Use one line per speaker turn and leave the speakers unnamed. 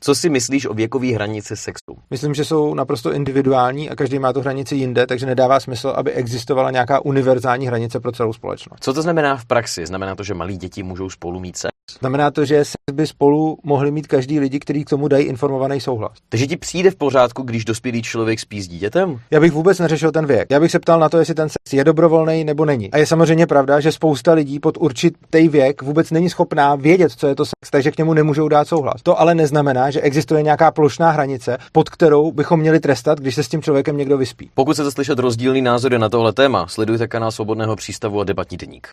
Co si myslíš o věkové hranici sexu?
Myslím, že jsou naprosto individuální a každý má tu hranici jinde, takže nedává smysl, aby existovala nějaká univerzální hranice pro celou společnost.
Co to znamená v praxi? Znamená to, že malí děti můžou spolu mít sex?
Znamená to, že sex by spolu mohli mít každý lidi, kteří k tomu dají informovaný souhlas.
Takže ti přijde v pořádku, když dospělý člověk spí s dítětem?
Já bych vůbec neřešil ten věk. Já bych se ptal na to, jestli ten sex je dobrovolný nebo není. A je samozřejmě pravda, že spousta lidí pod určitý věk vůbec není schopná vědět, co je to sex, takže k němu nemůžou dát souhlas. To ale neznamená, že existuje nějaká plošná hranice, pod kterou bychom měli trestat, když se s tím člověkem někdo vyspí.
Pokud chcete slyšet rozdílný názory na tohle téma, sledujte kanál Svobodného přístavu a debatní deník.